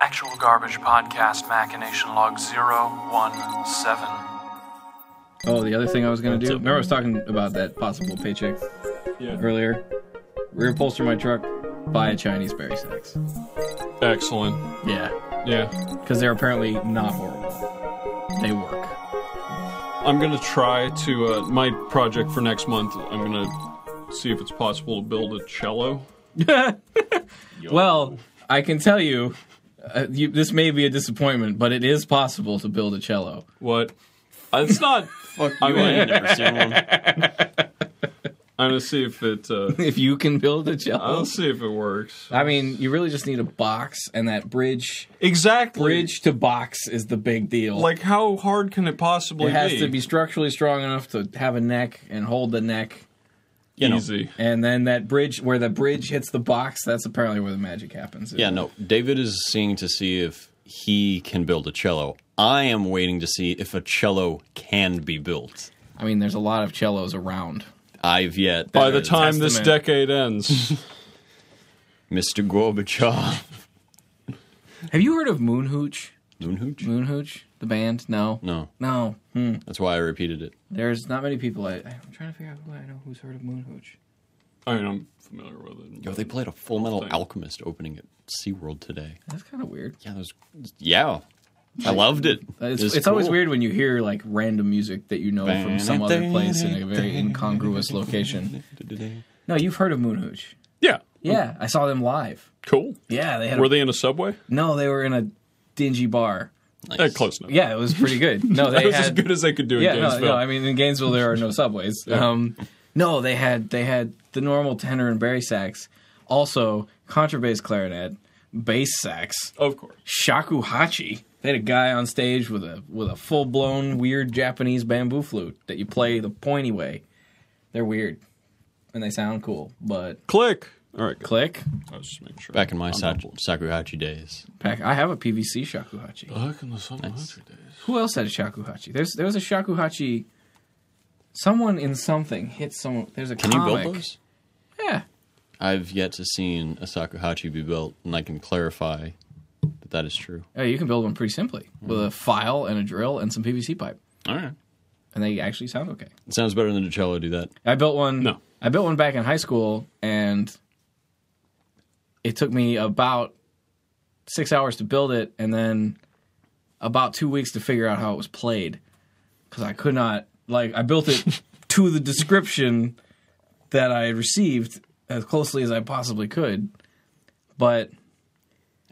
Actual Garbage Podcast Machination Log 017. Oh, the other thing I was gonna do. Remember, I was talking about that possible paycheck Yeah. earlier. Reupholster my truck, buy a Chinese berry snacks. Excellent. Yeah, Yeah. because they're apparently not horrible. They work. I'm gonna try to uh, my project for next month. I'm gonna see if it's possible to build a cello. Well, I can tell you, uh, you, this may be a disappointment, but it is possible to build a cello. What? It's not. Uh, Fuck I mean, I've never seen one. I'm gonna see if it. Uh, If you can build a cello. I'll see if it works. I mean, you really just need a box, and that bridge Exactly. bridge to box is the big deal. Like, how hard can it possibly it has be? to be structurally strong enough to have a neck and hold the neck You know. easy. And then that bridge, where the bridge hits the box, that's apparently where the magic happens. Yeah, no. David is seeing to see if he can build a cello. I am waiting to see if a cello can be built. I mean, there's a lot of cellos around. I've yet. By the time this Testament. decade ends, Mr. Gorbachev. Have you heard of Moon Hooch? Moon hooch? Moon Hooch, the band? No. No, No. Hmm. that's why I repeated it. There's not many people. I, I'm trying to figure out who I know who's heard of Moon Hooch. I mean, I'm familiar with Yo, it. they played a Full Metal Alchemist opening at SeaWorld today. That's kind of weird. Yeah, that was, yeah. I loved it. Uh, It's, It was it's always cool. weird when you hear like random music that you know from some other place in a very incongruous location. No, you've heard of Moon Hooch. Yeah. Yeah, I saw them live. Cool. Yeah, they had. Were A, they in a subway? no, they were in a dingy bar. Nice. Eh, close enough. Yeah, it was pretty good. No, they that was had as good as they could do yeah, in no, Gainesville. no, I mean in Gainesville there are no subways. um, no, they had they had the normal tenor and barry sax, also contrabass clarinet, bass sax, of course. shakuhachi. They had a guy on stage with a with a full blown weird Japanese bamboo flute that you play the pointy way. They're weird, and they sound cool. But Click. All right. Click. click, I was just making sure. Back in my I'm Sa- humble. Sakuhachi days. pack. I have a PVC shakuhachi. Back in the summer days. Who else had a shakuhachi? There's there was a shakuhachi. Someone in something hit someone. There's a Can you comic. build those? Yeah. I've yet to seen a Sakuhachi be built, and I can clarify that that is true. Oh, you can build one pretty simply with a file and a drill and some PVC pipe, All right. and they actually sound okay. It sounds better than a cello, do that. I built one. No. I built one back in high school, and it took me about six hours to build it, and then about two weeks to figure out how it was played because I could not like I built it to the description that I had received as closely as I possibly could, but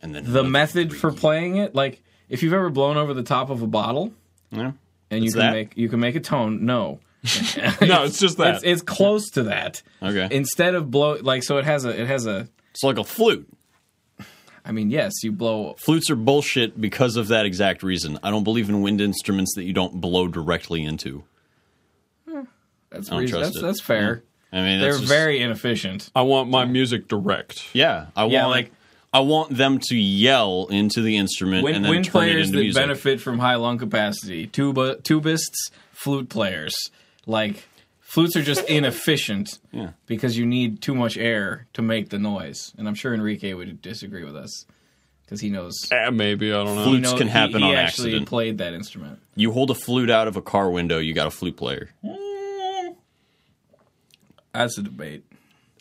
And then the another method three. for playing it, like if you've ever blown over the top of a bottle. Yeah. and you It's can that? make you can make a tone. No, No, it's just that. it's it's close to that. Okay. Instead of blow like so, it has a it has a. It's like a flute. I mean, yes, you blow. Flutes are bullshit because of that exact reason. I don't believe in wind instruments that you don't blow directly into. That's don't reason, trust that's, it. that's fair. I mean, They're that's just- very inefficient. I want my music direct. Yeah, I Yeah, want like- I want them to yell into the instrument When, and then when turn players it that into music. benefit from high lung capacity, tuba tubists, flute players, like flutes are just inefficient Yeah. because you need too much air to make the noise. And I'm sure Enrique would disagree with us because he knows. Eh, maybe I don't know. he Flutes knows- can happen he, he on actually accident. Played that instrument. you hold a flute out of a car window, you got a flute player. That's a debate.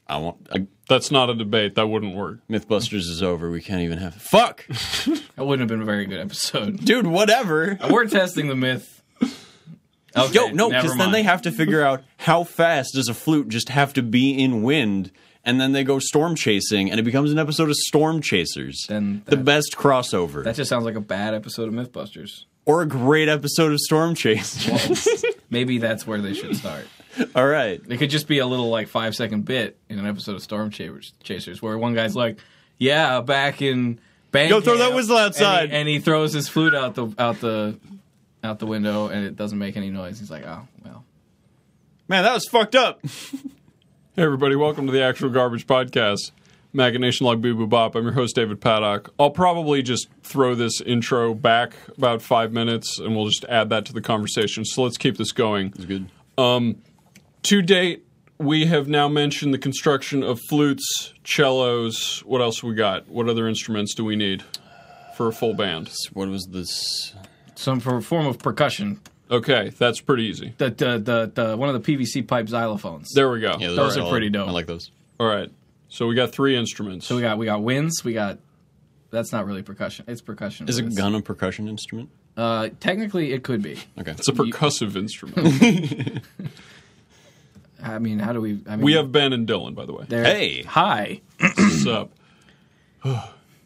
I want I, That's not a debate. That wouldn't work. MythBusters is over. We can't even have fuck, That wouldn't have been a very good episode. dude. Whatever. We're testing the myth. Okay, Yo, no, never because then mind. they have to figure out how fast does a flute just have to be in wind, and then they go storm chasing, and it becomes an episode of Storm Chasers. Then the that- best crossover, That just sounds like a bad episode of MythBusters. or a great episode of Storm Chasers. Maybe that's where they should start. All right, It could just be a little like five second bit in an episode of Storm Chasers, Chasers where one guy's like, "Yeah, back in Bang." Yo, throw that whistle and outside. he, and he throws his flute out the out the out the window, and it doesn't make any noise. He's like, "Oh well." man, that was fucked up. Hey, everybody, welcome to the Actual Garbage Podcast. Machination Log Boo Boo Bop. I'm your host, David Paddock. I'll probably just throw this intro back about five minutes and we'll just add that to the conversation. So let's keep this going. Good. To date, we have now mentioned the construction of flutes, cellos. What else we got? What other instruments do we need? for a full band. What was this? Some for- form of percussion. Okay, that's pretty easy. The, the, the, the, one of the PVC pipe xylophones. There we go. Those are solid. pretty dope. I like those. All right. So we got three instruments. we got we got winds. We got that's not really percussion. It's percussion. Is a but it's- gun a percussion instrument? Uh, technically, it could be. Okay. it's a percussive instrument. I mean, how do we? I mean, we have Ben and Dylan, by the way. there- Hey. hi. What's up?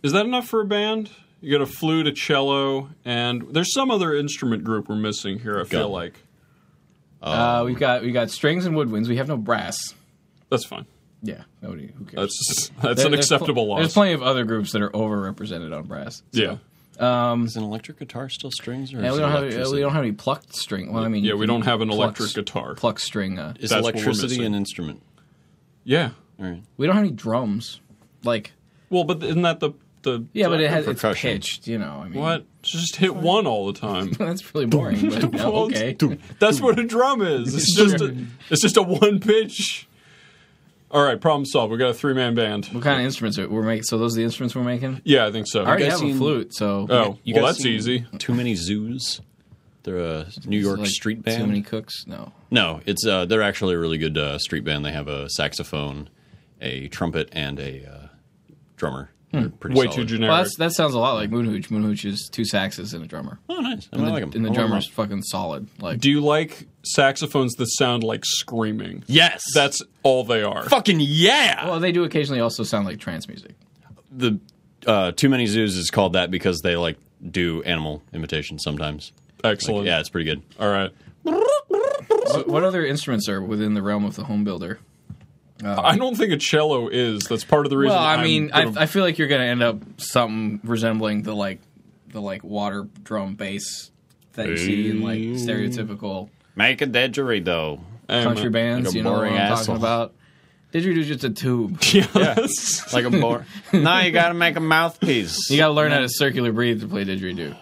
Is that enough for a band? You got a flute, a cello, and there's some other instrument group we're missing here. I feel Gun. like Oh. Uh, we've got we got strings and woodwinds. We have no brass. that's fine. Yeah, nobody. Who cares? That's that's There- an there's pl- acceptable There's loss. plenty of other groups that are overrepresented on brass. yeah, is an electric guitar still strings or Yeah, is we it don't have electricity? we don't have any plucked string. Well, I mean, yeah. you We can don't have an pluck electric s- guitar. Pluck string. Uh, Is That's what we're electricity missing. an instrument? yeah. All right. we don't have any drums. Like Well, but isn't that the the yeah, but it has it's Percussion. pitched. You know, I mean, what? Just hit one all the time. That's really boring. But, yeah, okay. That's what a drum is. It's just a, it's just a one pitch. All right, problem solved. We got a three man band. What kind of instruments are we're making? So those are the instruments we're making. Yeah, I think so. I already guys have a seen- flute, so Oh, well, guys that's seen easy. Too many zoos. They're a New York Like, street band. Too many cooks? No. No, it's uh, they're actually a really good uh, street band. They have a saxophone, a trumpet, and a uh, drummer. They're pretty Way solid. too generic. Well, that's, that sounds a lot like Moon Hooch. Moon Hooch is two saxes and a drummer. Oh, nice. I might like them. And the drummer's fucking solid. Like Do you like saxophones that sound like screaming? Yes, That's all they are. fucking yeah. Well, they do occasionally also sound like trance music. the uh, too many zoos is called that because they like do animal imitations sometimes. Like, Excellent. yeah, it's pretty good. All right. So what other instruments are within the realm of the home builder? I don't think a cello is. That's part of the reason. Well, I I'm mean, gonna- I, I feel like you're gonna end up something resembling the like the like water drum bass that you see in like stereotypical Make a didgery though. I'm- country bands. like a you know what I'm boring talking asshole. about? Didgeridoo's just a tube. Yes. Like a bar. no, you gotta make a mouthpiece. You gotta learn how to circular breathe to play didgeridoo.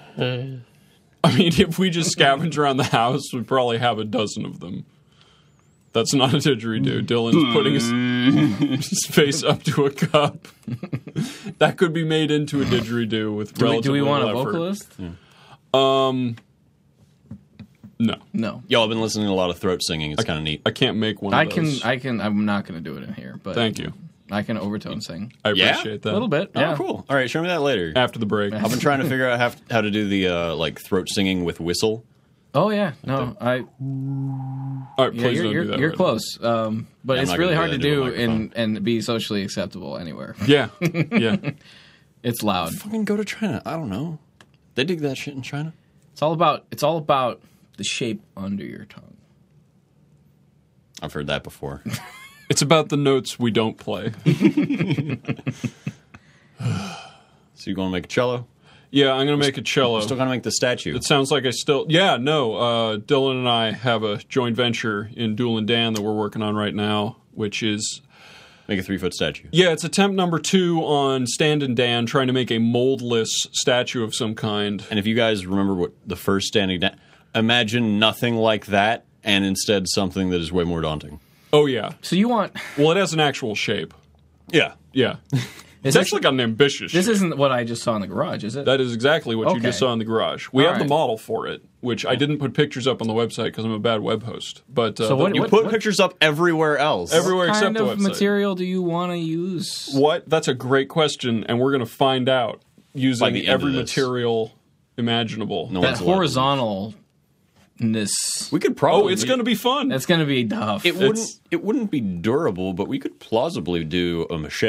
I mean, if we just scavenge around the house, we probably have a dozen of them. That's not a didgeridoo. Dylan's putting his, his face up to a cup. that could be made into a didgeridoo with Do we, do relatively we want a little effort. vocalist? No, No. Y'all have been listening to a lot of throat singing. It's kind of neat. I can't make one. I of can, those. I can, I'm not going to do it in here, but Thank you. I can overtone sing I Yeah? appreciate that. a little bit. Yeah, Oh, cool. All right, show me that later. After the break, I've been trying to figure out how, how to do the uh, like throat singing with whistle. Oh yeah, no, I all right, yeah, please you're don't you're, do that. you're right close, um, but I'm it's not really gonna hard to do do that into a and and be socially acceptable anywhere. now. Yeah, yeah. It's loud. Fucking go to China. I don't know. They dig that shit in China. It's all about it's all about the shape under your tongue. I've heard that before. It's about the notes we don't play. so you going to make a cello? Yeah, I'm gonna make a cello. Still going to make the statue. It sounds like I still, yeah, no. Uh, Dylan and I have a joint venture in Dool and Dan that we're working on right now, which is, Make a three foot statue. yeah, it's attempt number two on Stand and Dan trying to make a moldless statue of some kind. And if you guys remember what the first standing down, imagine nothing like that, and instead something that is way more daunting. Oh, yeah. So you want Well, it has an actual shape. Yeah. Yeah. it's actually got an ambitious this shape. isn't what I just saw in the garage, is it? That is exactly what you Okay. just saw in the garage. We All have the right. model for it, which I didn't put pictures up on the website because I'm a bad web host. But uh, So what- you Put What- pictures up everywhere else. everywhere what except kind the of website. material do you want to use? What? That's a great question, and we're going to find out By using the end of every this. material imaginalable. No That one's allowed to- horizontalness. We could probably. Oh, it's going to be fun. That's going to be tough. It wouldn't. It wouldn't be durable, but we could plausibly do a mache,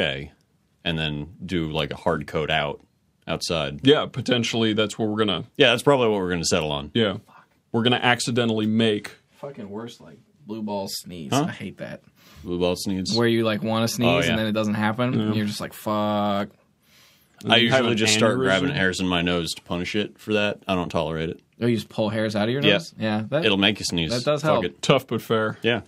and then do like a hard coat out outside. yeah, potentially that's what we're going to. Yeah, that's probably what we're going to settle on. Yeah, we're going to accidentally make. fucking worse like blue ball sneeze. I hate that. Blue balls needs. Where you like want to sneeze Oh, yeah. and then it doesn't happen. and You're just like fuck. I you have usually an just start aneurysm? grabbing hairs in my nose to punish it for that. I don't tolerate it. Oh, you just pull hairs out of your Yeah. nose. Yeah, that, It'll make you sneeze. That does Fuck help. it. Tough but fair. Yeah.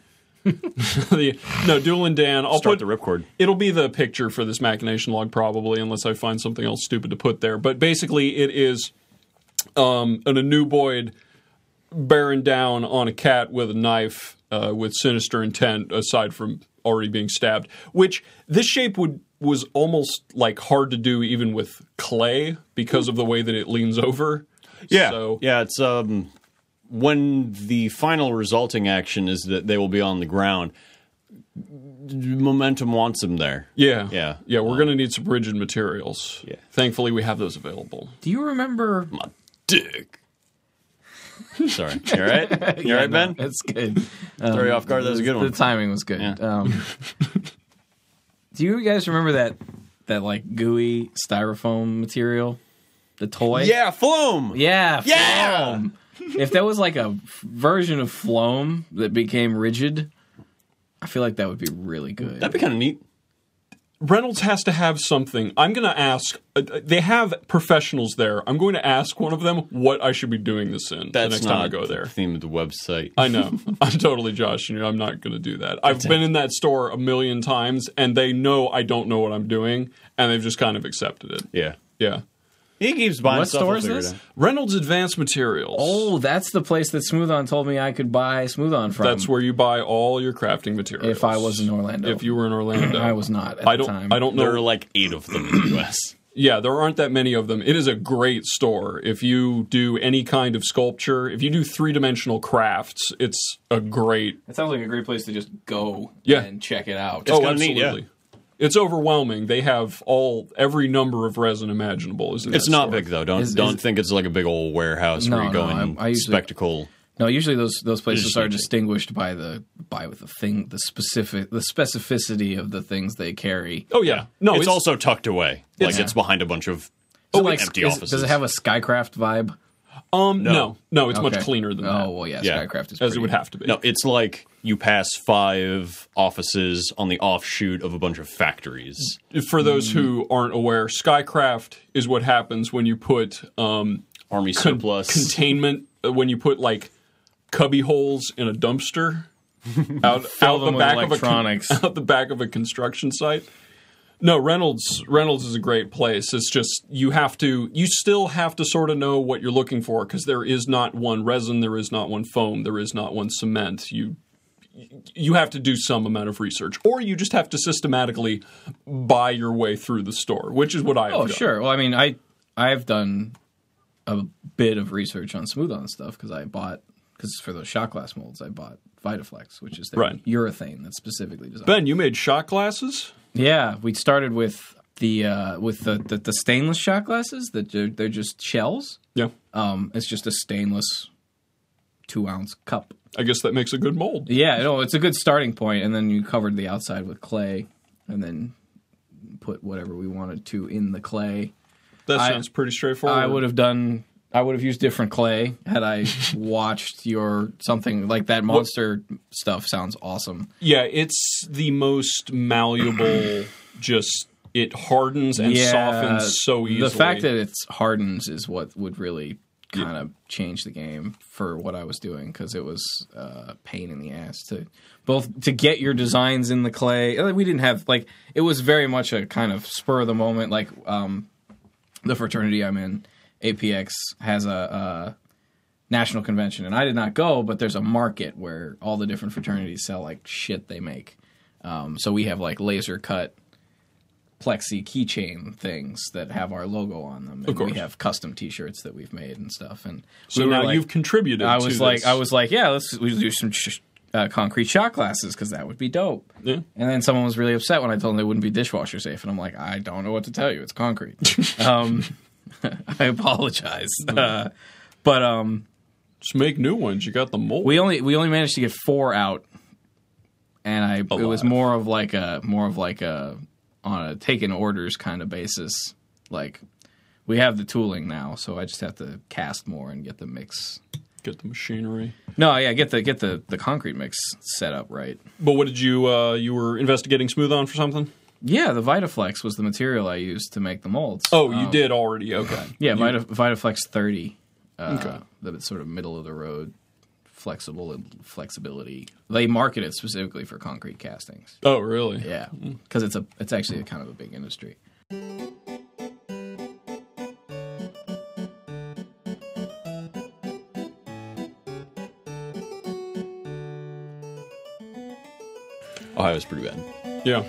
The- no, Dool and Dan. I'll Start put the ripcord. It'll be the picture for this machination log, probably, unless I find something else stupid to put there. But basically, it is um, an anuboid bearing down on a cat with a knife uh, with sinister intent, aside from already being stabbed. Which this shape would was almost like hard to do even with clay because of the way that it leans over. Yeah, So yeah. It's um, when the final resulting action is that they will be on the ground. Momentum wants them there. yeah. Yeah. Yeah, Uh-huh. we're going to need some rigid materials. Yeah. Thankfully, we have those available. Do you remember? My dick. Sorry. You all right? You all right, Ben? That's good. Throw Um, you off guard. That was a good The one. timing was good. Yeah. Um, do you guys remember that that like gooey styrofoam material, the toy? Yeah, Floom. yeah, Yeah! Floam. if that was like a f- version of Floam that became rigid, I feel like that would be really good. That'd be kind of neat. Reynolds has to have something. I'm going to ask. Uh, they have professionals there. I'm going to ask one of them what I should be doing this in the That's next not time I go there. the theme of the website. I know. I'm totally Josh. You know, I'm not going to do that. I've been in that store a million times, and they know I don't know what I'm doing, and they've just kind of accepted it. yeah. Yeah. He keeps buying What stuff. store I'll is figure it this? out. Reynolds Advanced Materials. Oh, that's the place that Smooth On told me I could buy Smooth On from. that's where you buy all your crafting materials. um, if I was in Orlando. if you were in Orlando, I was not at I the don't. time. I don't know. There are like eight of them in the U.S. Yeah, there aren't that many of them. It is a great store. If you do any kind of sculpture, if you do three dimensional crafts, it's a great. It sounds like a great place to just go Yeah. and check it out. It's oh, kinda neat, absolutely. yeah. It's overwhelming. They have all every number of resin imaginable. Isn't It's not big though. Don't Is- don't is- think it's like a big old warehouse where No, you go no, in I- I usually- spectacle. No, usually those those places just are need to- distinguished by the by with the thing the specific the specificity of the things they carry. Oh yeah, no. It's, It's, also tucked away. like It's- it's behind a bunch of Oh, empty offices. Does it have a Skycraft vibe? um no no. It's much Okay. cleaner than that Oh well, yeah, Yeah. Skycraft is as it would pretty- have to be. no. It's like you pass five offices on the offshoot of a bunch of factories. For those who aren't aware, Skycraft is what happens when you put um, Army con- surplus. containment uh, when you put like cubby holes in a dumpster out, out them the with back electronics. of a con- out the back of a construction site. No, Reynolds Reynolds is a great place. It's just you have to you still have to sort of know what you're looking for because there is not one resin, there is not one foam, there is not one cement. You you have to do some amount of research, or you just have to systematically buy your way through the store, which is what I. Oh sure. Well, I mean, I I've done a bit of research on smooth on stuff because I bought because for those shot glass molds I bought Vitaflex, which is their Right. urethane that's specifically designed. Ben, you made shot glasses. Yeah, we started with the uh, with the, the the stainless shot glasses that they're, they're just shells. Yeah, Um, it's just a stainless two ounce cup. I guess that makes a good mold. Yeah, no, it's a good starting point, and then you covered the outside with clay, and then put whatever we wanted to in the clay. That I- sounds pretty straightforward. I would have done. I would have used different clay had I watched your something like that monster stuff. Sounds awesome. Yeah, it's the most malleable. just it hardens and softens so easily. The fact that it's hardens is what would really kind of change the game for what I was doing because it was uh, a pain in the ass to both to get your designs in the clay. Like, We didn't have like it was very much a kind of spur of the moment. Like um, the fraternity I'm in, APX has a. Uh, National convention, and I did not go, but there's a market where all the different fraternities sell like shit they make. Um, so we have like laser cut plexi keychain things that have our logo on them. And course. we have custom T-shirts that we've made and stuff. And so we were now like- you've contributed. I to was like, this. I was like, yeah, let's we do some sh- uh, concrete shot glasses because that would be dope. Yeah. And then someone was really upset when I told them they wouldn't be dishwasher safe, and I'm like, I don't know what to tell you. It's concrete. um, I apologize, Mm. uh, but um, just make new ones. You got the mold. we only we only managed to get four out, and I it was lot. more of like a more of like a on a taking orders kind of basis. Like we have the tooling now, so I just have to cast more and get the mix. Get the machinery. No, yeah, get the get the the concrete mix set up right. But what did you? Uh, you were investigating smooth on for something? Yeah, the Vitaflex was the material I used to make the molds. Oh, you did already. Okay. yeah, Vita, Vitaflex thirty. Uh, Okay. The sort of middle of the road, flexible and flexibility. They market it specifically for concrete castings. Oh, really? Yeah, because it's a it's actually a kind of a big industry. Ohio's pretty bad. Oh, Yeah.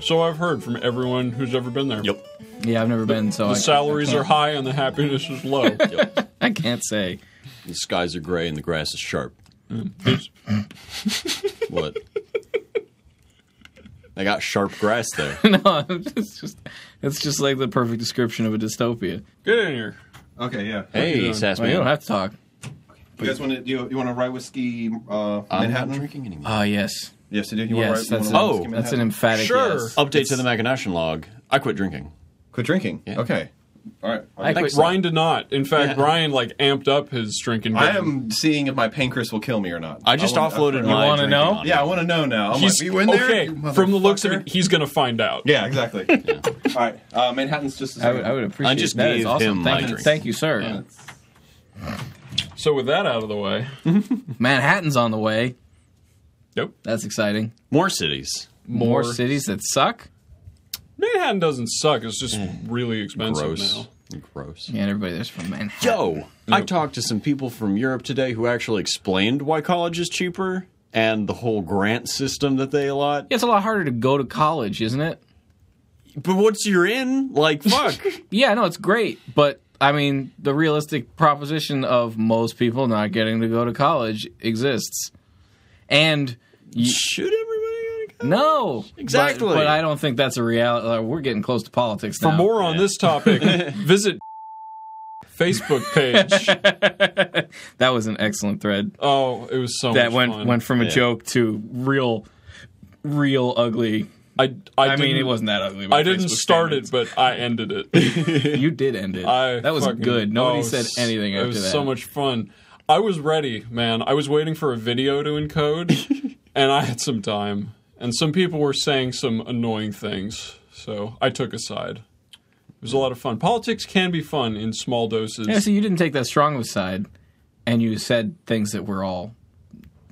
So I've heard from everyone who's ever been there. Yep. Yeah, I've never been, so The I, salaries I are can't- high and the happiness is low. I can't say. The skies are gray and the grass is sharp. It's- What? I got sharp grass there. no, it's just it's just like the perfect description of a dystopia. Get in here. Okay, yeah. Hey, doing? Sassman. Well, you don't have to talk. You guys want to? You, you want to rye whiskey I'm uh, not Manhattan? drinking anymore. Oh yes, Yes, you do. You yes, want that's an, to rye Oh, whiskey that's Manhattan? an emphatic Sure. yes. Update to the Mackination log. I quit drinking. Quit drinking. Yeah. Okay. All right. I quit- Ryan did not. In fact, Yeah. Ryan like amped up his drinking. I game. am seeing if my pancreas will kill me or not. I just want- offloaded my. wanna drinking know? on it. Yeah, I want to know now. I'm He's like, you in there? okay. you From the looks of motherfucker?" it, he's gonna find out. Yeah, exactly. All right. Uh, Manhattan's just. As I would, I would appreciate. I just that. It's gave awesome. him thank my you, drink. thank you, sir. Yeah. So with that out of the way, Manhattan's on the way. yep. That's exciting. More cities. More, More cities that suck, Manhattan doesn't suck. It's just Mm. really expensive Gross. now. Gross. and everybody there's from Manhattan. Yo, I talked to some people from Europe today who actually explained why college is cheaper and the whole grant system that they allot. Yeah, it's a lot harder to go to college, isn't it? But once you're in, like, fuck. Yeah, no, it's great, but I mean, the realistic proposition of most people not getting to go to college exists, and Shoot everybody out of college. no, Exactly. But, but I don't think that's a reality. Like, we're getting close to politics For now. more on this topic, visit Facebook page. that was an excellent thread. Oh, it was so that much went fun. went from a Yeah. joke to real, real ugly. I I, I mean, didn't- it wasn't that ugly. but I didn't Facebook start it, but I ended it. statements. You did end it. I that was fucking- good. Nobody oh, said s- anything It after was that. so much fun. I was ready, man. I was waiting for a video to encode, and I had some time. And some people were saying some annoying things, so I took a side. It was a lot of fun. Politics can be fun in small doses. Yeah, so you didn't take that strong of a side, and you said things that were all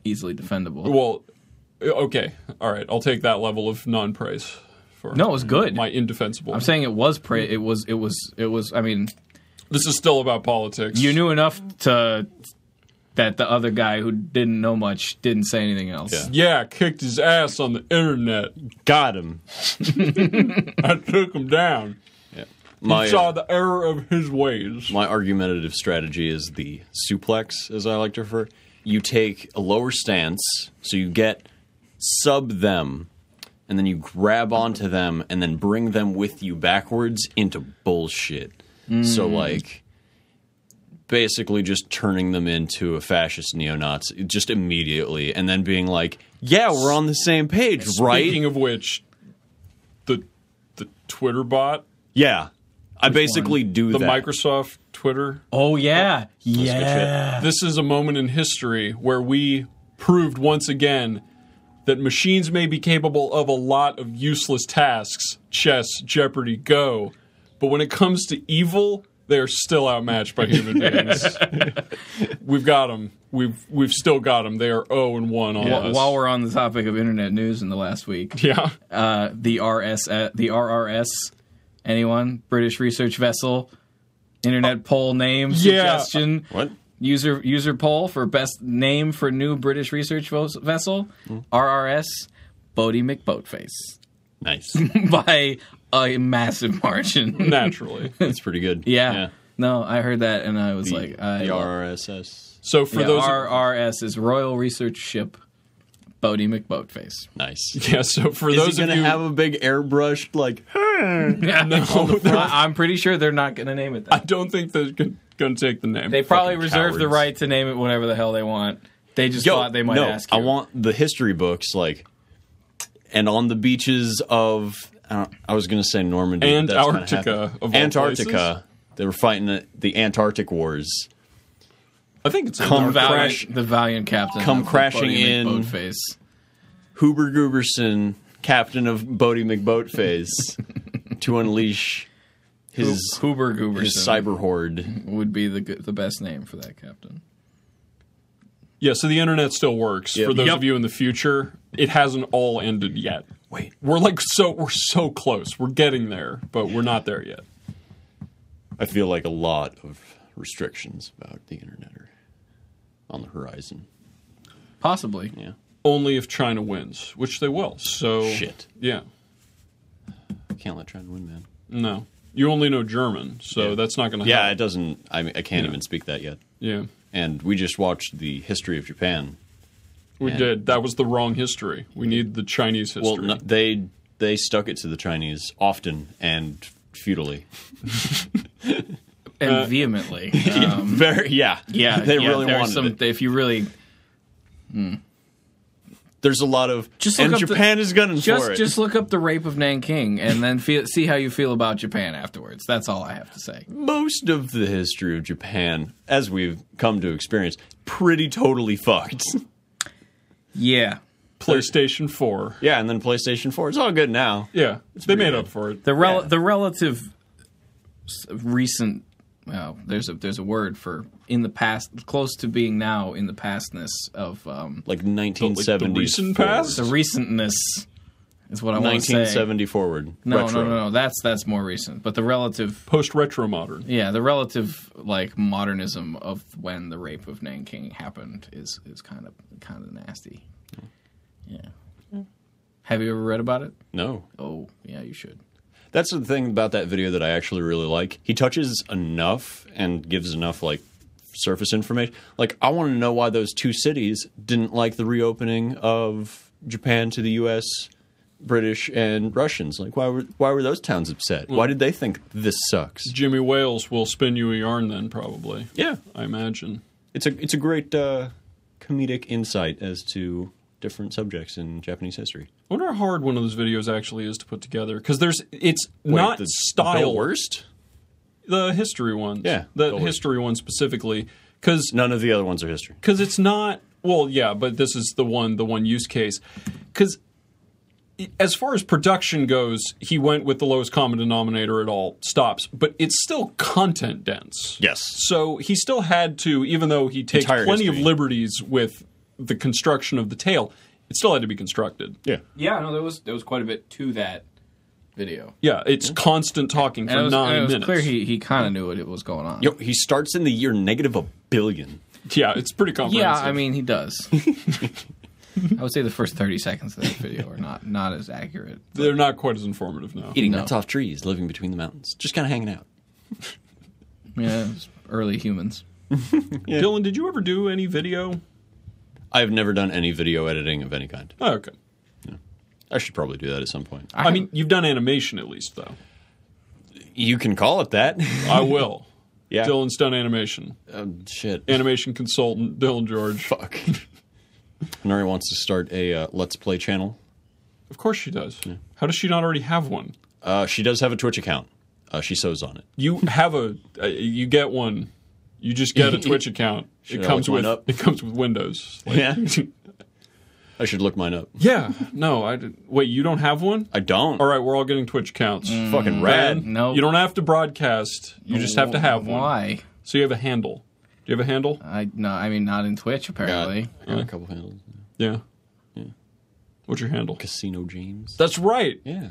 easily defendable. Well, okay, all right. I'll take that level of non-praise for no, it was good. my indefensible. I'm saying it was pra- It was. It was. It was. I mean, this is still about politics. you knew enough to that the other guy who didn't know much didn't say anything else. Yeah. Yeah, kicked his ass on the internet. Got him. I took him down. Oh, My, He saw the error of his ways. my argumentative strategy is the suplex, as I like to refer. You take a lower stance, so you get sub them, and then you grab onto them, and then bring them with you backwards into bullshit. So Mm. like, basically just turning them into a fascist neo-Nazi just immediately, and then being like, "Yeah, we're on the same page, right?" Speaking of which, the the Twitter bot, Yeah, I basically do the that. Microsoft Twitter. Oh yeah. Good yeah. shit. This is a moment in history where we proved once again that machines may be capable of a lot of useless tasks, chess, Jeopardy, Go, but when it comes to evil, they are still outmatched by human beings. We've got them. We've we've still got them. They are 0 and 1 on Wh- us. While we're on the topic of internet news in the last week, yeah. uh, the RS, uh, the RRS, anyone British research vessel, internet poll name Uh, yeah. suggestion, What? user user poll for best name for new British research ves- vessel, RRS, Bodie McBoatface Nice. by a massive margin. Naturally. That's pretty good. yeah. no, I heard that and I was like, the, I the RRSS. So for yeah, those RRS is Royal Research Ship, Bodie McBoatface. Nice. Yeah, so for Is those he gonna of you have a big airbrushed like? no, I, am pretty sure they're not going to name it I that. don't think they're going to take the name. They probably fucking reserve the cowards. right to name it whatever the hell they want. They just thought they might no, ask you. I want the history books like, and on the beaches of I, don't, I was gonna say Normandy but And that's not Antarctica, happening. of all Antarctica. places. They were fighting the, the Antarctic Wars. I think it's Come the Antarctica. back. valiant, crash- the valiant captain. come of the crashing Bodie in. McBoatface. Huber Guberson, captain of Bodie McBoatface, to unleash his Huber Gooberson his cyber horde. would be the good- the best name for that captain. Yeah, so the internet still works. Yep. For those Yep. of you in the future, it hasn't all ended yet. Wait, We're like so we're so close. We're getting there, but we're not there yet. I feel like a lot of restrictions about the internet are on the horizon. Possibly. Yeah. Only if China wins, which they will. So Shit. Yeah. can't let Trent win, man. No, you only know German, so that's not going to Yeah, it help. doesn't. I, mean, I can't even speak that yet. Yeah, And we just watched the history of Japan. we did. That was the wrong history. We need the Chinese history. Well, no, they they stuck it to the Chinese often and futilely. and vehemently. Um, Very, yeah, yeah, Uh, They yeah, really there's wanted some, it. If you really There's a lot of Just look and up the- Japan is gunning for just it. just look up the rape of Nanking and then feel, see how you feel about Japan afterwards. That's all I have to say. Most of the history of Japan, as we've come to experience, pretty totally fucked. Yeah, PlayStation Four. yeah, and then PlayStation Four. It's all good now. Yeah, they made pretty up for it. the rel- Yeah. the relative s- recent. Well, there's a there's a word for in the past, close to being now in the pastness of um, Like 1970s. recent forward. past? the recentness is what I want to say. 1970 forward. No, retro. no, no, no. That's that's more recent. But the relative, Post retro modern. yeah, the relative like modernism of when the rape of Nanking happened is is kind of kind of nasty. Yeah. Have you ever read about it? No. Oh, yeah, you should. That's the thing about that video that I actually really like. He touches enough and gives enough like surface information. Like I want to know why those two cities didn't like the reopening of Japan to the US, British and Russians. Like why were why were those towns upset? Why did they think this sucks? Jimmy Wales will spin you a yarn then, probably. Yeah. I imagine. It's a it's a great uh, comedic insight as to different subjects in Japanese history. I wonder how hard one of those videos actually is to put together because there's it's not the- the style worst? the history ones Yeah, the the worst. history one specifically because None of the other ones are history. because it's not well yeah but this is the one the one use case because as far as production goes he went with the lowest common denominator at all stops but it's still content dense Yes. so he still had to even though he takes Entire plenty of history. liberties with the construction of the tale it still had to be constructed Yeah. Yeah, no, there was there was quite a bit to that video. yeah it's constant talking for And it was, nine and it was minutes clear he, he kind of knew what it was going on. Yo, he starts in the year negative a billion. yeah it's pretty comprehensive Yeah, I mean he does. I would say the first thirty seconds of that video are not not as accurate. they're not quite as informative now Eating No. nuts off trees, living between the mountains, just kind of hanging out. Yeah, it was early humans. dylan did you ever do any video I've never done any video editing of any kind. oh, okay I should probably do that at some point. I mean you've done animation at least though You can call it that. I will. yeah. Dylan's done animation. Um, shit. Animation consultant Dylan George. Fuck. Nori wants to start a uh, Let's Play channel. Of course she does. How does she not already have one? Uh, she does have a Twitch account. Uh, she sews on it. You have a. Uh, you get one. You just get a Twitch account. Should It I comes look with mine up? it comes with Windows. Like- Yeah. I should look mine up. yeah. No. I did- wait. You don't have one. I don't. Mm. All right. We're all getting Twitch accounts. Fucking rad. Ben? No. You don't have to broadcast. You just have to have one. Why? So you have a handle. Do you have a Uh, handle? I no, I mean not in Twitch Got, apparently. got a couple handles. Yeah. What's your handle? Casino James. That's right. Yeah.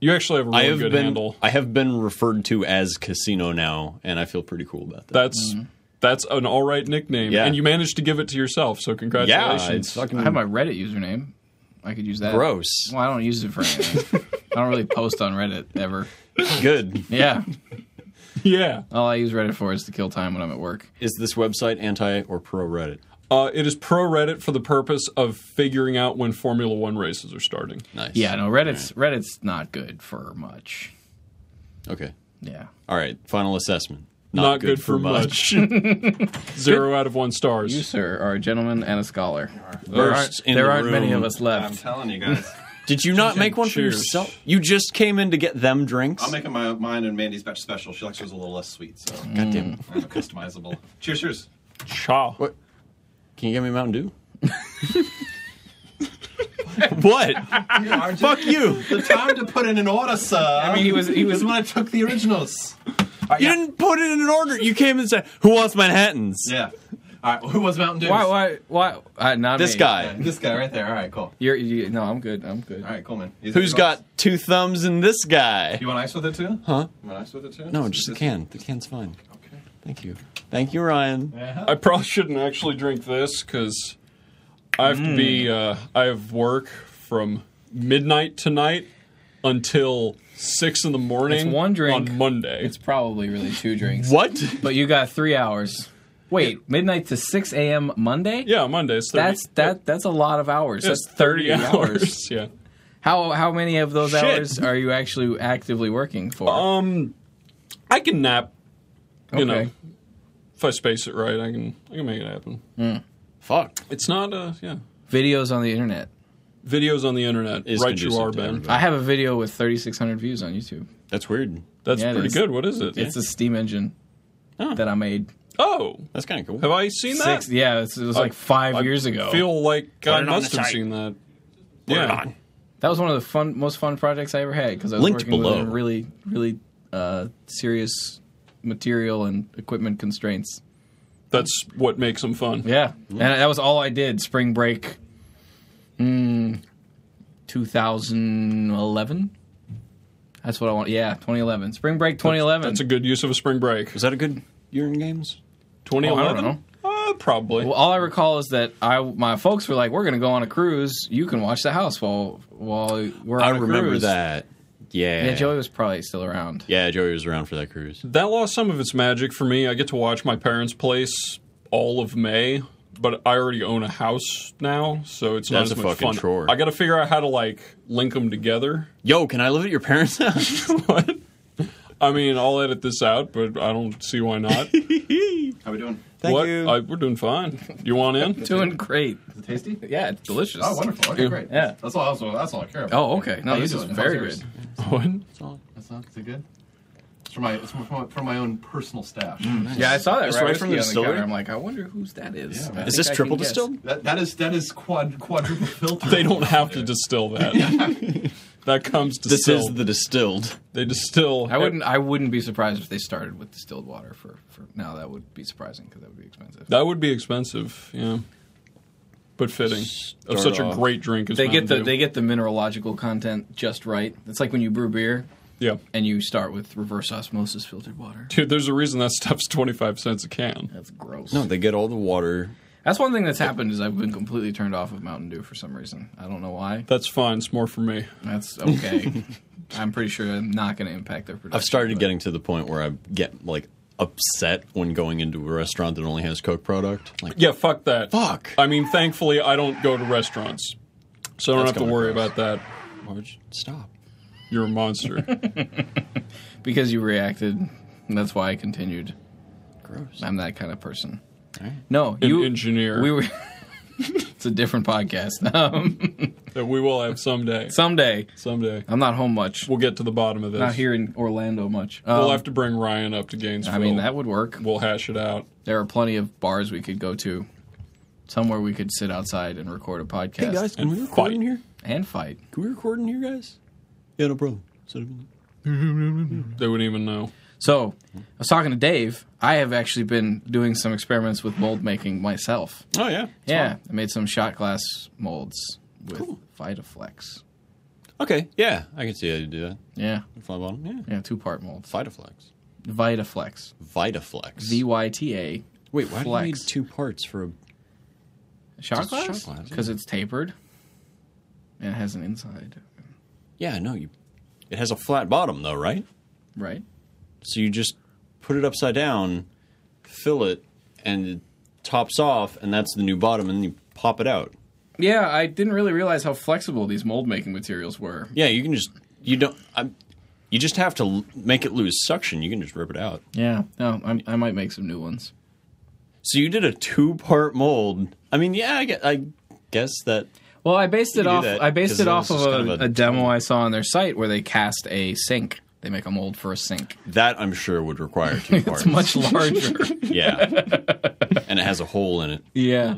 You actually have a I really have good been handle. I have been referred to as Casino now, and I feel pretty cool about that. That's that's an all right nickname, Mm-hmm. Yeah. and you managed to give it to yourself. So yeah, it's congratulations. fucking I have my Reddit username. I could use that. gross. Well, I don't use it for anything. I don't really post on Reddit ever. Good. Yeah, yeah, all I use Reddit for is to kill time when I'm at work. Is this website anti or pro Reddit? uh, it is pro Reddit for the purpose of figuring out when Formula One races are starting. Nice. Yeah, no, Reddit's Reddit's not good for much. Okay. Yeah, All right. Final assessment. Not, good, for much. Zero out of one stars. you sir are a gentleman and a scholar. There Bursts aren't, in there the aren't many room. of us I'm left. telling you guys. Did you not make one Cheers. for yourself? You just came in to get them drinks. I'm making my mine and Mandy's batch special. She likes hers a little less sweet, so God damn Mm. it. I'm customizable. Cheers, cheers. Cha. What? Can you get me Mountain Dew? what? Fuck Uh, you. The time to put in an order, sir. I mean, he was- he was- when I took the originals. You didn't put it in an order. You came and said, "Who wants Manhattan's?" Yeah. All right. Well, who was Mountain Dew? Why? Why? Why? Uh, not This me. guy. This guy right there. All right, cool. You're, you, no, I'm good. I'm good. All right, cool, man. Who's Who's got two thumbs in this guy? You want ice with it too? Huh? You want ice with it too? No, Is just a this- can. The can's fine. Okay. Thank you. Thank you, Ryan. Uh-huh. I probably shouldn't actually drink this because Mm. I have to be. Uh, I have work from midnight tonight until six in the morning It's one drink. on Monday. It's probably really two drinks. What? But you got three hours. Wait, midnight to six a.m. Monday. yeah, Monday. It's 30, That's that. That's a lot of hours. it's That's thirty hours. Yeah. How how many of those Shit. hours are you actually actively working for? Um, I can nap. You know, Okay. if I space it right, I can I can make it happen. Fuck. It's not uh yeah. Videos on the internet. Videos on the internet, Is right you conducive are, to Ben. everybody. I have a video with thirty six hundred views on YouTube. That's weird. That's Yeah, it pretty is. good. What is it? It's a steam engine that I made. oh, That's kind of cool. have I seen that? Six, yeah, it's, it was like five Ah. I years Oh. ago. Feel like I it on must the have site. seen that. Put it yeah. on. that was one of the fun, most fun projects I ever had because I was Linked working below. with a really, really uh, serious material and equipment constraints. That's what makes them fun. Yeah, and that was all I did. Spring break, hmm, mm, 2011. That's what I want. Yeah, 2011. Spring break 2011. That's a good use of a spring break. Is that a good year in games? Oh, I don't 2011? know. Uh, probably. Well, all I recall is that I my folks were like, "We're going to go on a cruise. You can watch the house while while we're on I a remember cruise." that. Yeah. Yeah, Joey was probably still around. Yeah, Joey was around for that cruise. that lost some of its magic for me. I get to watch my parents' place all of May, but I already own a house now, so it's That's not as a much fucking fun. chore. I got to figure out how to like link them together. Yo, can I live at your parents' house? What? I mean, I'll edit this out, but I don't see why not. How we doing? Thank what? you. I, we're doing fine. You want in? Doing great. Is it tasty? Yeah, it's delicious. Oh, wonderful. Okay, great. Yeah. That's all. That's all, that's all I care about. Oh, okay. No, How you this is doing? How's very yours? good. What? That's not is it good. It's from my it's from my, from my own personal stash. Yeah, I saw that That's right, right whiskey from on the the distillery? counter. I'm like, I wonder whose that is. Yeah, man. I Is think this I can triple guess. distilled? That that is that is quad quadruple filter. They don't have to distill that. that comes This distilled. is the distilled. they distill. I wouldn't. I wouldn't be surprised if they started with distilled water for. for now that would be surprising because that would be expensive. That would be expensive, yeah. But fitting of Start such off- a great drink as They get the Mountain they Dew. get the mineralogical content just right. It's like when you brew beer yeah. and you start with reverse osmosis filtered water. Dude, there's a reason that stuff's 25 cents a can. That's gross. No, they get all the water. That's one thing that's happened is I've been completely turned off of Mountain Dew for some reason. I don't know why. That's fine. It's more for me. That's okay. I'm pretty sure I'm not going to impact their production. I've started but- getting to the point where I get like upset when going into a restaurant that only has Coke product. Like, Yeah, fuck that. fuck. I mean, thankfully, I don't go to restaurants, so I don't That's have to coming worry across. about that. Marge, stop. You're a monster. because you reacted. And that's why I continued. Gross. I'm that kind of person. Alright. No, An you engineer We were. it's a different podcast. Um, that we will have someday. someday, Someday. I'm not home much. We'll get to the bottom of this. not here in Orlando much. Um, We'll have to bring Ryan up to Gainesville. I mean, that would work. We'll hash it out. There are plenty of bars we could go to. Somewhere we could sit outside and record a podcast Hey guys, can And we record in fight. here? and fight. Can we record in here, guys? Yeah, no problem. So- They wouldn't even know. So, I was talking to Dave. I have actually been doing some experiments with mold making myself. Oh yeah. yeah, I made some shot glass molds with Vitaflex. Okay. Yeah, I can see how you do that. Yeah, Fly bottom. Yeah. yeah, two part molds. Vitaflex. Vitaflex. Vitaflex. V Y T A. Wait, why do you need Flex. two parts for a? Shot Just glass? shot glass, Because it's tapered and it has an inside. Yeah, no. You. It has a flat bottom though, right? Right? So you just put it upside down, fill it, and it tops off, and that's the new bottom, and then you pop it out. Yeah, I didn't really realize how flexible these mold making materials were. Yeah, you can just you don't. I'm, you just have to l- make it lose suction. You can just rip it out. Yeah, no, I'm, I might make some new ones. So you did a two-part mold. I mean, yeah, I guess, I guess that. Well, I based You it can do off. that, I based 'cause it then off it's of just a, kind of a- a demo I saw on their site where they cast a sink. They make a mold for a sink. That I'm sure would require two parts. It's much larger. yeah, and it has a hole in it. yeah,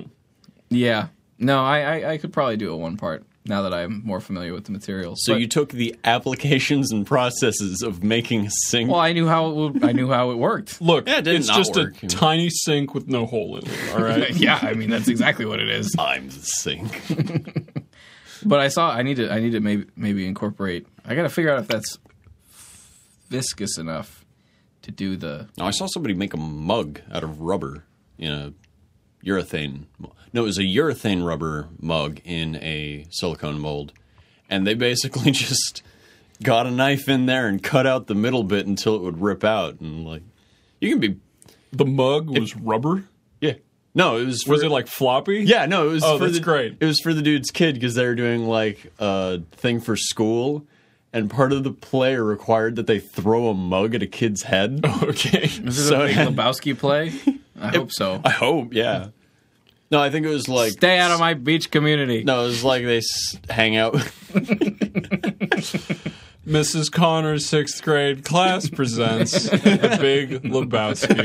yeah. No, I, I I could probably do a one part now that I'm more familiar with the materials. So But- you took the applications and processes of making a sink. well, I knew how it would, I knew how it worked. Look, Yeah, it did it's not just work. a tiny sink with no hole in it. All right. yeah, I mean that's exactly what it is. I'm the sink. But I saw I need to I need to maybe maybe incorporate. I got to figure out if that's viscous enough to do the. Now I saw somebody make a mug out of rubber in a urethane. mo- No, it was a urethane rubber mug in a silicone mold, and they basically just got a knife in there and cut out the middle bit until it would rip out. And like, you can be, The mug was rubber. yeah. No, it was for, Was it like floppy? yeah, no, it was. Oh, for that's the, great. It was for the dude's kid because they were doing like a thing for school, and part of the play required that they throw a mug at a kid's head. Okay. Is it So- a big Lebowski play? I hope so. I hope, yeah. No, I think it was like Stay out of my beach community. No, it was like they s- hang out. Mrs. Connor's sixth grade class presents The Big Lebowski.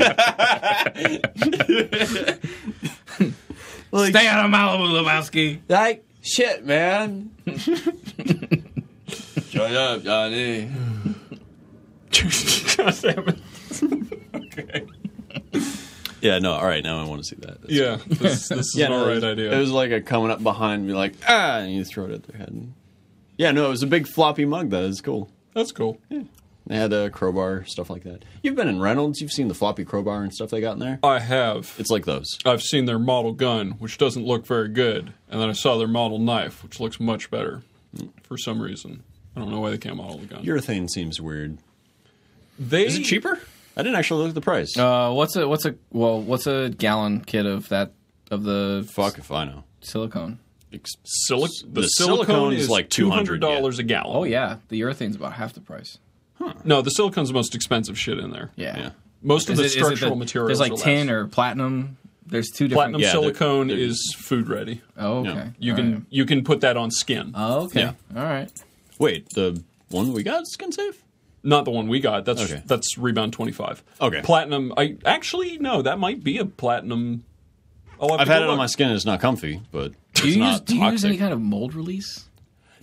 like, Stay out of Malibu, Lebowski. like shit, man. Shut up, Johnny. God damn it. Yeah, no. All right, now I want to see that. That's- Yeah, this, this is yeah, an no, it alright was, idea. It was like a coming up behind me, like ah, and you throw it at their head. Yeah, no, it was a big floppy mug. That is cool. That's cool. They had a crowbar, stuff like that. You've been in Reynolds. You've seen the floppy crowbar and stuff they got in there. I have. It's like those. I've seen their model gun, which doesn't look very good, and then I saw their model knife, which looks much better for some reason. I don't know why they can't model the gun. Urethane seems weird. they, Is it cheaper? I didn't actually look at the price. Uh, what's a what's a well? What's a gallon kit of that of the Fuck if I know. silicone? Ex- Silic- the, the silicone, silicone is is like $200 $200, a gallon. Oh yeah, the urethane's about half the price. No, the silicone's the most expensive shit in there. Yeah. Yeah. Most of Is the it- is it structural the- materials There's are like less. tin or platinum. There's two different. Platinum Yeah, they're- silicone they're- is food ready. Oh okay. Yeah. You All can right. you can put that on skin. Oh, okay. Yeah. All right. Wait, the one we got is skin safe. Not the one we got. That's Okay. that's rebound twenty five. Okay. Platinum. I actually no, that might be a platinum. I'll have I've to had go it on my look. skin. It's not comfy, but it's Do you, use, not do you use toxic. any kind of mold release?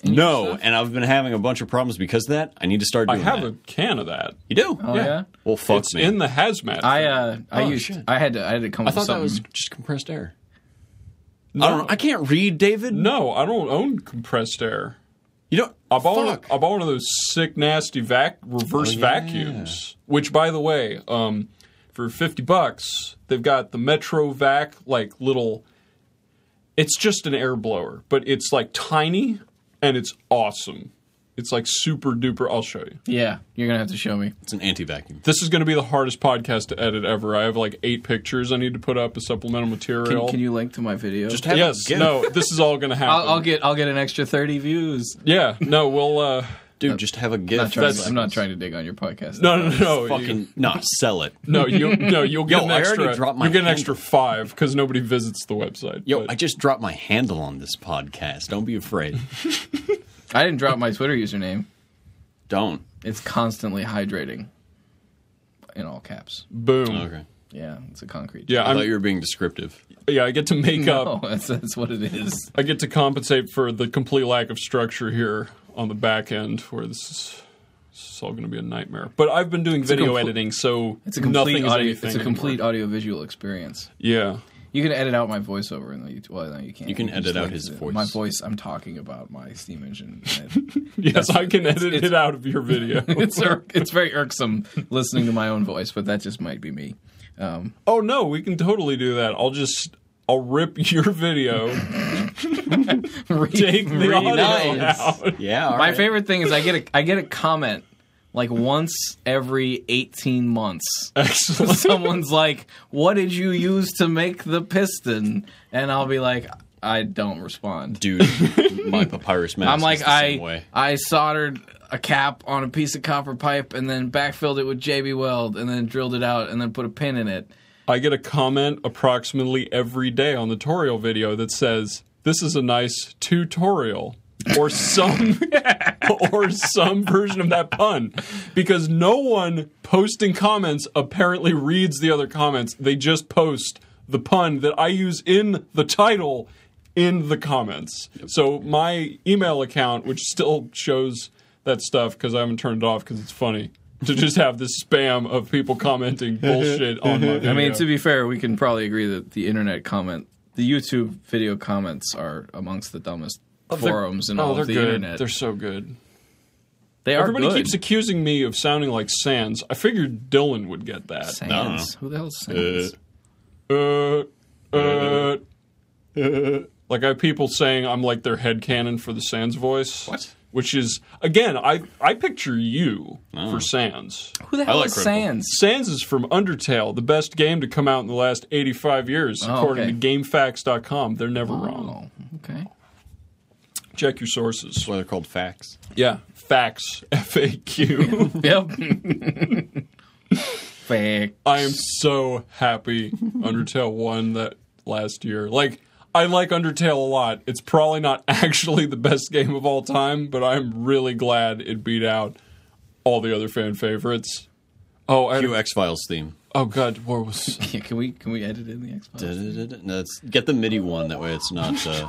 in your no, stuff? and I've been having a bunch of problems because of that. I need to start I doing have that. a can of that. You do? Oh yeah. Well, fuck it's me. in the hazmat. I uh I Oh, used shit. I had to I had to come I up with thought that something. was just compressed air. no, I don't. I can't read, David. no, I don't own compressed air. You don't. Oh, I bought, one, fuck. I bought one of those sick, nasty vac reverse Oh, yeah. vacuums. Which, by the way, um, for fifty bucks, they've got the Metro Vac like little. It's just an air blower, but it's like tiny and it's awesome. It's like super duper. I'll show you. yeah, you're gonna have to show me. It's an anti-vacuum. This is going to be the hardest podcast to edit ever. I have like eight pictures I need to put up as supplemental material. Can, can you link to my video? Just have yes. a No. This is all going to happen. I'll, I'll get I'll get an extra thirty views. Yeah. No. We'll. Uh, dude. Just have a I'm gift. not, trying That's to, I'm not trying to dig on your podcast. no. No. No. no. You- fucking not sell it. No, you no, you'll get Yo, an I extra. already dropped my you'll get an hand. extra five because nobody visits the website. Yo, but- I just dropped my handle on this podcast. Don't be afraid. I didn't drop my Twitter username. Don't. It's constantly hydrating. In all caps. boom. Okay. Yeah, it's a concrete. Yeah, I I'm, thought you were being descriptive. yeah, I get to make No, up. that's, that's what it is. I get to compensate for the complete lack of structure here on the back end, where this is, this is all going to be a nightmare. But I've been doing video comple- editing, so It's a complete nothing is audio. anything It's a complete anymore. audio visual experience. Yeah, You can edit out my voiceover in the YouTube. Well, no, you can't. You can edit just out link his to voice. My voice. I'm talking about my steam engine. yes, I can edit it's- it out of your video. it's ir- it's very irksome listening to my own voice, but that just might be me. Um, oh no, we can totally do that. I'll just I'll rip your video, take the audio nice. out. Yeah. all My right. favorite thing is I get a I get a comment like once every 18 months. Excellent. Someone's like, "What did you use to make the piston?" And I'll be like, "I don't respond." dude. My papyrus mouse. I'm is like the same I way. I soldered a cap on a piece of copper pipe and then backfilled it with JB Weld and then drilled it out and then put a pin in it. I get a comment approximately every day on the tutorial video that says, "This is a nice tutorial." or some or some version of that pun because no one posting comments apparently reads the other comments they just post the pun that i use in the title in the comments so my email account which still shows that stuff because i haven't turned it off because it's funny to just have this spam of people commenting bullshit on my video. Uh-huh. I mean, to be fair, we can probably agree that the internet comment, the YouTube video comments are amongst the dumbest forums in all Oh, they're of the good. internet. They're so good. They are Everybody good. keeps accusing me of sounding like Sans. I figured Dylan would get that. Sans. Who the hell's Uh, Sans? Uh, uh, like I have people saying I'm like their headcanon for the Sans voice. what? which is again, I I picture you Oh. for Sans. Who the hell like is Critical. Sans? Sans is from Undertale, the best game to come out in the last 85 years, Oh, according okay. to GameFAQs.com. They're never wrong. Oh, okay. Check your sources. why they're called facts. Yeah, facts, FAQ. Yep. Fake. I am so happy Undertale won that last year. Like, I like Undertale a lot. It's probably not actually the best game of all time, but I'm really glad it beat out all the other fan favorites. Oh, I had a- New X Files theme. oh God, what was? Yeah, can we can we edit in the Xbox? Da-da-da-da. No, it's- get the MIDI one. That way, it's not. Uh...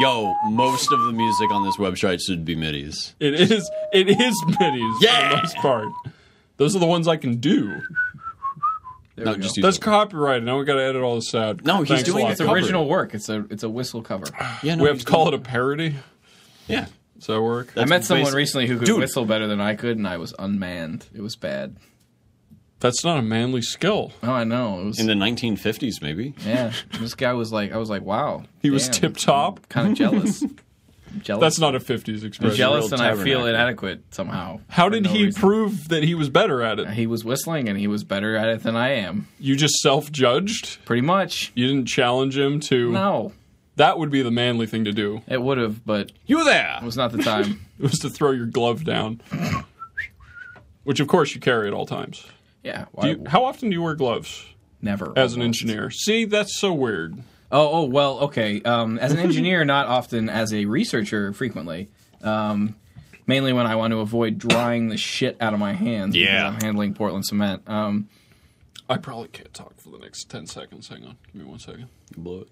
Yo, most of the music on this website should be MIDI's. It is. It is middies for Yeah! the most part. Those are the ones I can do. There Not we just go. use That's it. copyrighted. Now we got to edit all this out. No, he's Thanks a doing lot. it It's cover. original work. It's a it's a whistle cover. Yeah, no, We have he's to call it doing- a parody. Yeah, Does that work? I That's met someone basi- recently who could Dude. whistle better than I could, and I was unmanned. It was bad. That's not a manly skill. Oh, I know. It was in the 1950s, maybe. yeah. This guy was like, I was like, wow. He was tip top. Kind of jealous. jealous. That's not a 50s I'm expression. jealous, and I feel tabernacle. inadequate somehow. How for did no he reason. prove that he was better at it? He was whistling, and he was better at it than I am. You just self judged? Pretty much. You didn't challenge him to. No, That would be the manly thing to do, it would have, but it You there? was not the time. it was to throw your glove down. Which, of course, you carry at all times. yeah. Do Why, you, how often do you wear gloves never. as an engineer? See, that's so weird. Oh, oh well, okay. Um, as an engineer, not often. As a researcher, frequently. Um, mainly when I want to avoid drying the shit out of my hands. because Yeah. I'm handling Portland cement. Um, I probably can't talk for the next 10 seconds. Hang on. Give me one second. Blow it.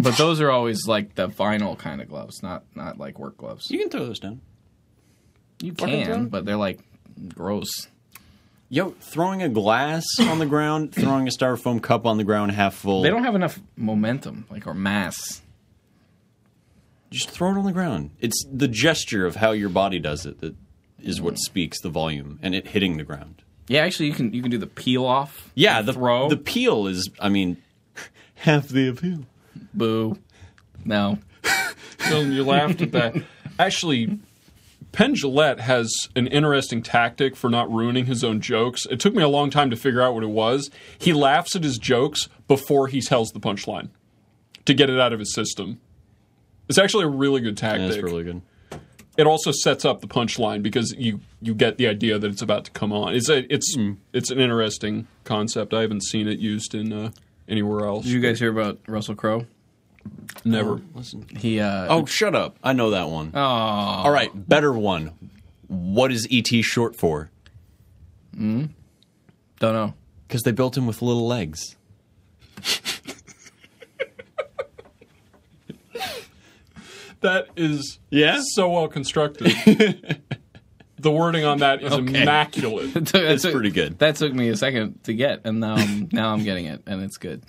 but those are always like the vinyl kind of gloves, not not like work gloves. You can throw those down. You fucking can, don't. but they're like gross. Yo, throwing a glass on the ground, throwing a styrofoam cup on the ground half full. They don't have enough momentum, like or mass. just throw it on the ground. It's the gesture of how your body does it that is what speaks the volume and it hitting the ground. Yeah, actually, you can you can do the peel off. Yeah, the throw. the peel is I mean half the appeal. Boo. No. Dylan, you laughed at that. Actually, Penn Gillette has an interesting tactic for not ruining his own jokes. It took me a long time to figure out what it was. He laughs at his jokes before he tells the punchline to get it out of his system. It's actually a really good tactic. That's really good. it also sets up the punchline because you you get the idea that it's about to come on. It's a, it's it's an interesting concept. I haven't seen it used in uh, anywhere else. Did you guys hear about Russell Crowe? Never. Listen. He uh, Oh, shut up. I know that one. All right, better one. What is ET short for? don't know. Cuz they built him with little legs. That is Yeah? so well constructed. the wording on that is immaculate. That's pretty good. That took me a second to get, and now I'm, now I'm getting it, and it's good.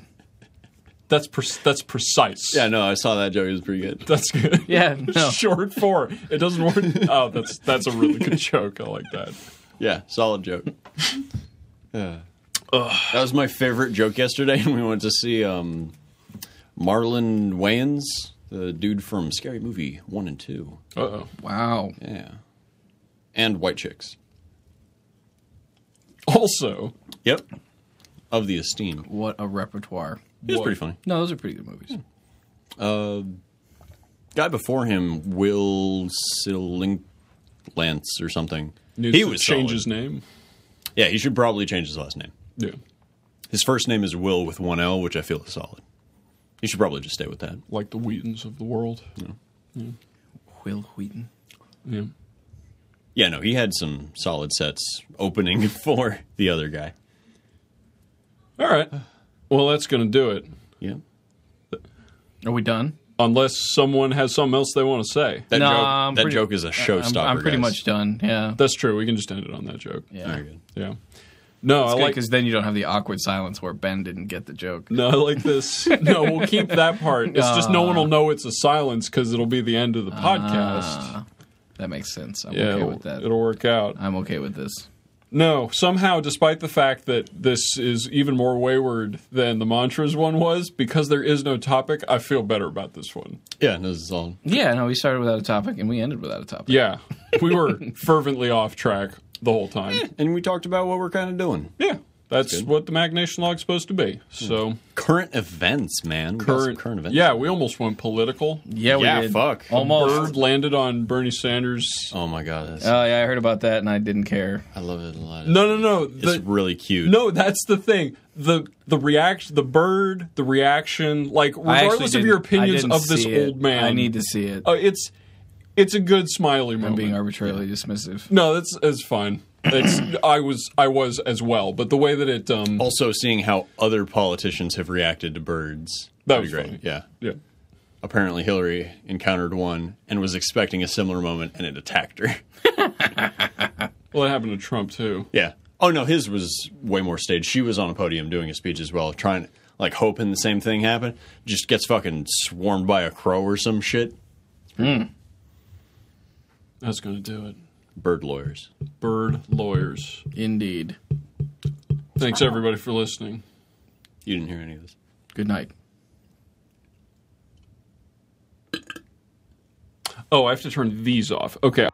That's pre- that's precise. Yeah, no, I saw that joke. It was pretty good. That's good. Yeah, no. Short for it doesn't work. Oh, that's that's a really good joke. I like that. Yeah, solid joke. Yeah. That was my favorite joke yesterday, and we went to see um, Marlon Wayans, the dude from Scary Movie One and Two. Uh oh. Wow. Yeah, and White Chicks. Also, Yep, of the esteem. What a repertoire. He was What? pretty funny. No, those are pretty good movies. Guy before him, Will Siling Lance or something. needs he to was change solid. his name. Yeah, he should probably change his last name. Yeah, His first name is Will with one L, which I feel is solid. He should probably just stay with that. like the Wheatons of the world. Will Wheaton. Yeah. Yeah, no, he had some solid sets opening for the other guy. All right. Well, that's going to do it. Yeah. Are we done? Unless someone has something else they want to say. That, No, I'm joke, that pretty- joke is a I'm, showstopper. I'm pretty guys. much done. Yeah. That's true. We can just end it on that joke. Yeah. Very good. Yeah. No, I like Because then you don't have the awkward silence where Ben didn't get the joke. No, I like this. No, we'll keep that part. It's just no one will know it's a silence because it'll be the end of the podcast. That makes sense. Ah, I'm yeah, okay it'll, with that. Uh, it'll work out. I'm okay with this. No, somehow, despite the fact that this is even more wayward than the mantras one was, because there is no topic, I feel better about this one. Yeah, no, this is all. Yeah, no, we started without a topic and we ended without a topic. Yeah, we were fervently off track the whole Eh. time. And we talked about what we're kind of doing. Yeah, that's, what the Magnation Log's supposed to be. Hmm. So Current events, man. We got some current, current events. Yeah, we almost went political. Yeah, we Yeah, did. fuck. Almost. Bird landed on Bernie Sanders. Oh my god, that's- Oh yeah, I heard about that and I didn't care. I love it a lot. No, no, no. it's the- really cute. No, that's the thing. The the reaction, the bird, the reaction, like I actually regardless of didn't- your I opinions didn't of this see it. old man, I need to see it. Uh, it's it's a good smiley I'm moment. being arbitrarily dismissive. no, that's it's fine. It's I was I was as well, but the way that it um Also, seeing how other politicians have reacted to birds. That Pretty was funny. Yeah. yeah. Apparently, Hillary encountered one and was expecting a similar moment, and it attacked her. Well, it happened to Trump too. Yeah. Oh no, his was way more staged. She was on a podium doing a speech as well, trying like hoping the same thing happened. Just gets fucking swarmed by a crow or some shit. That's going to do it. Bird lawyers. Bird lawyers. Indeed. Thanks everybody for listening. You didn't hear any of this. Good night. Oh, I have to turn these off. Okay.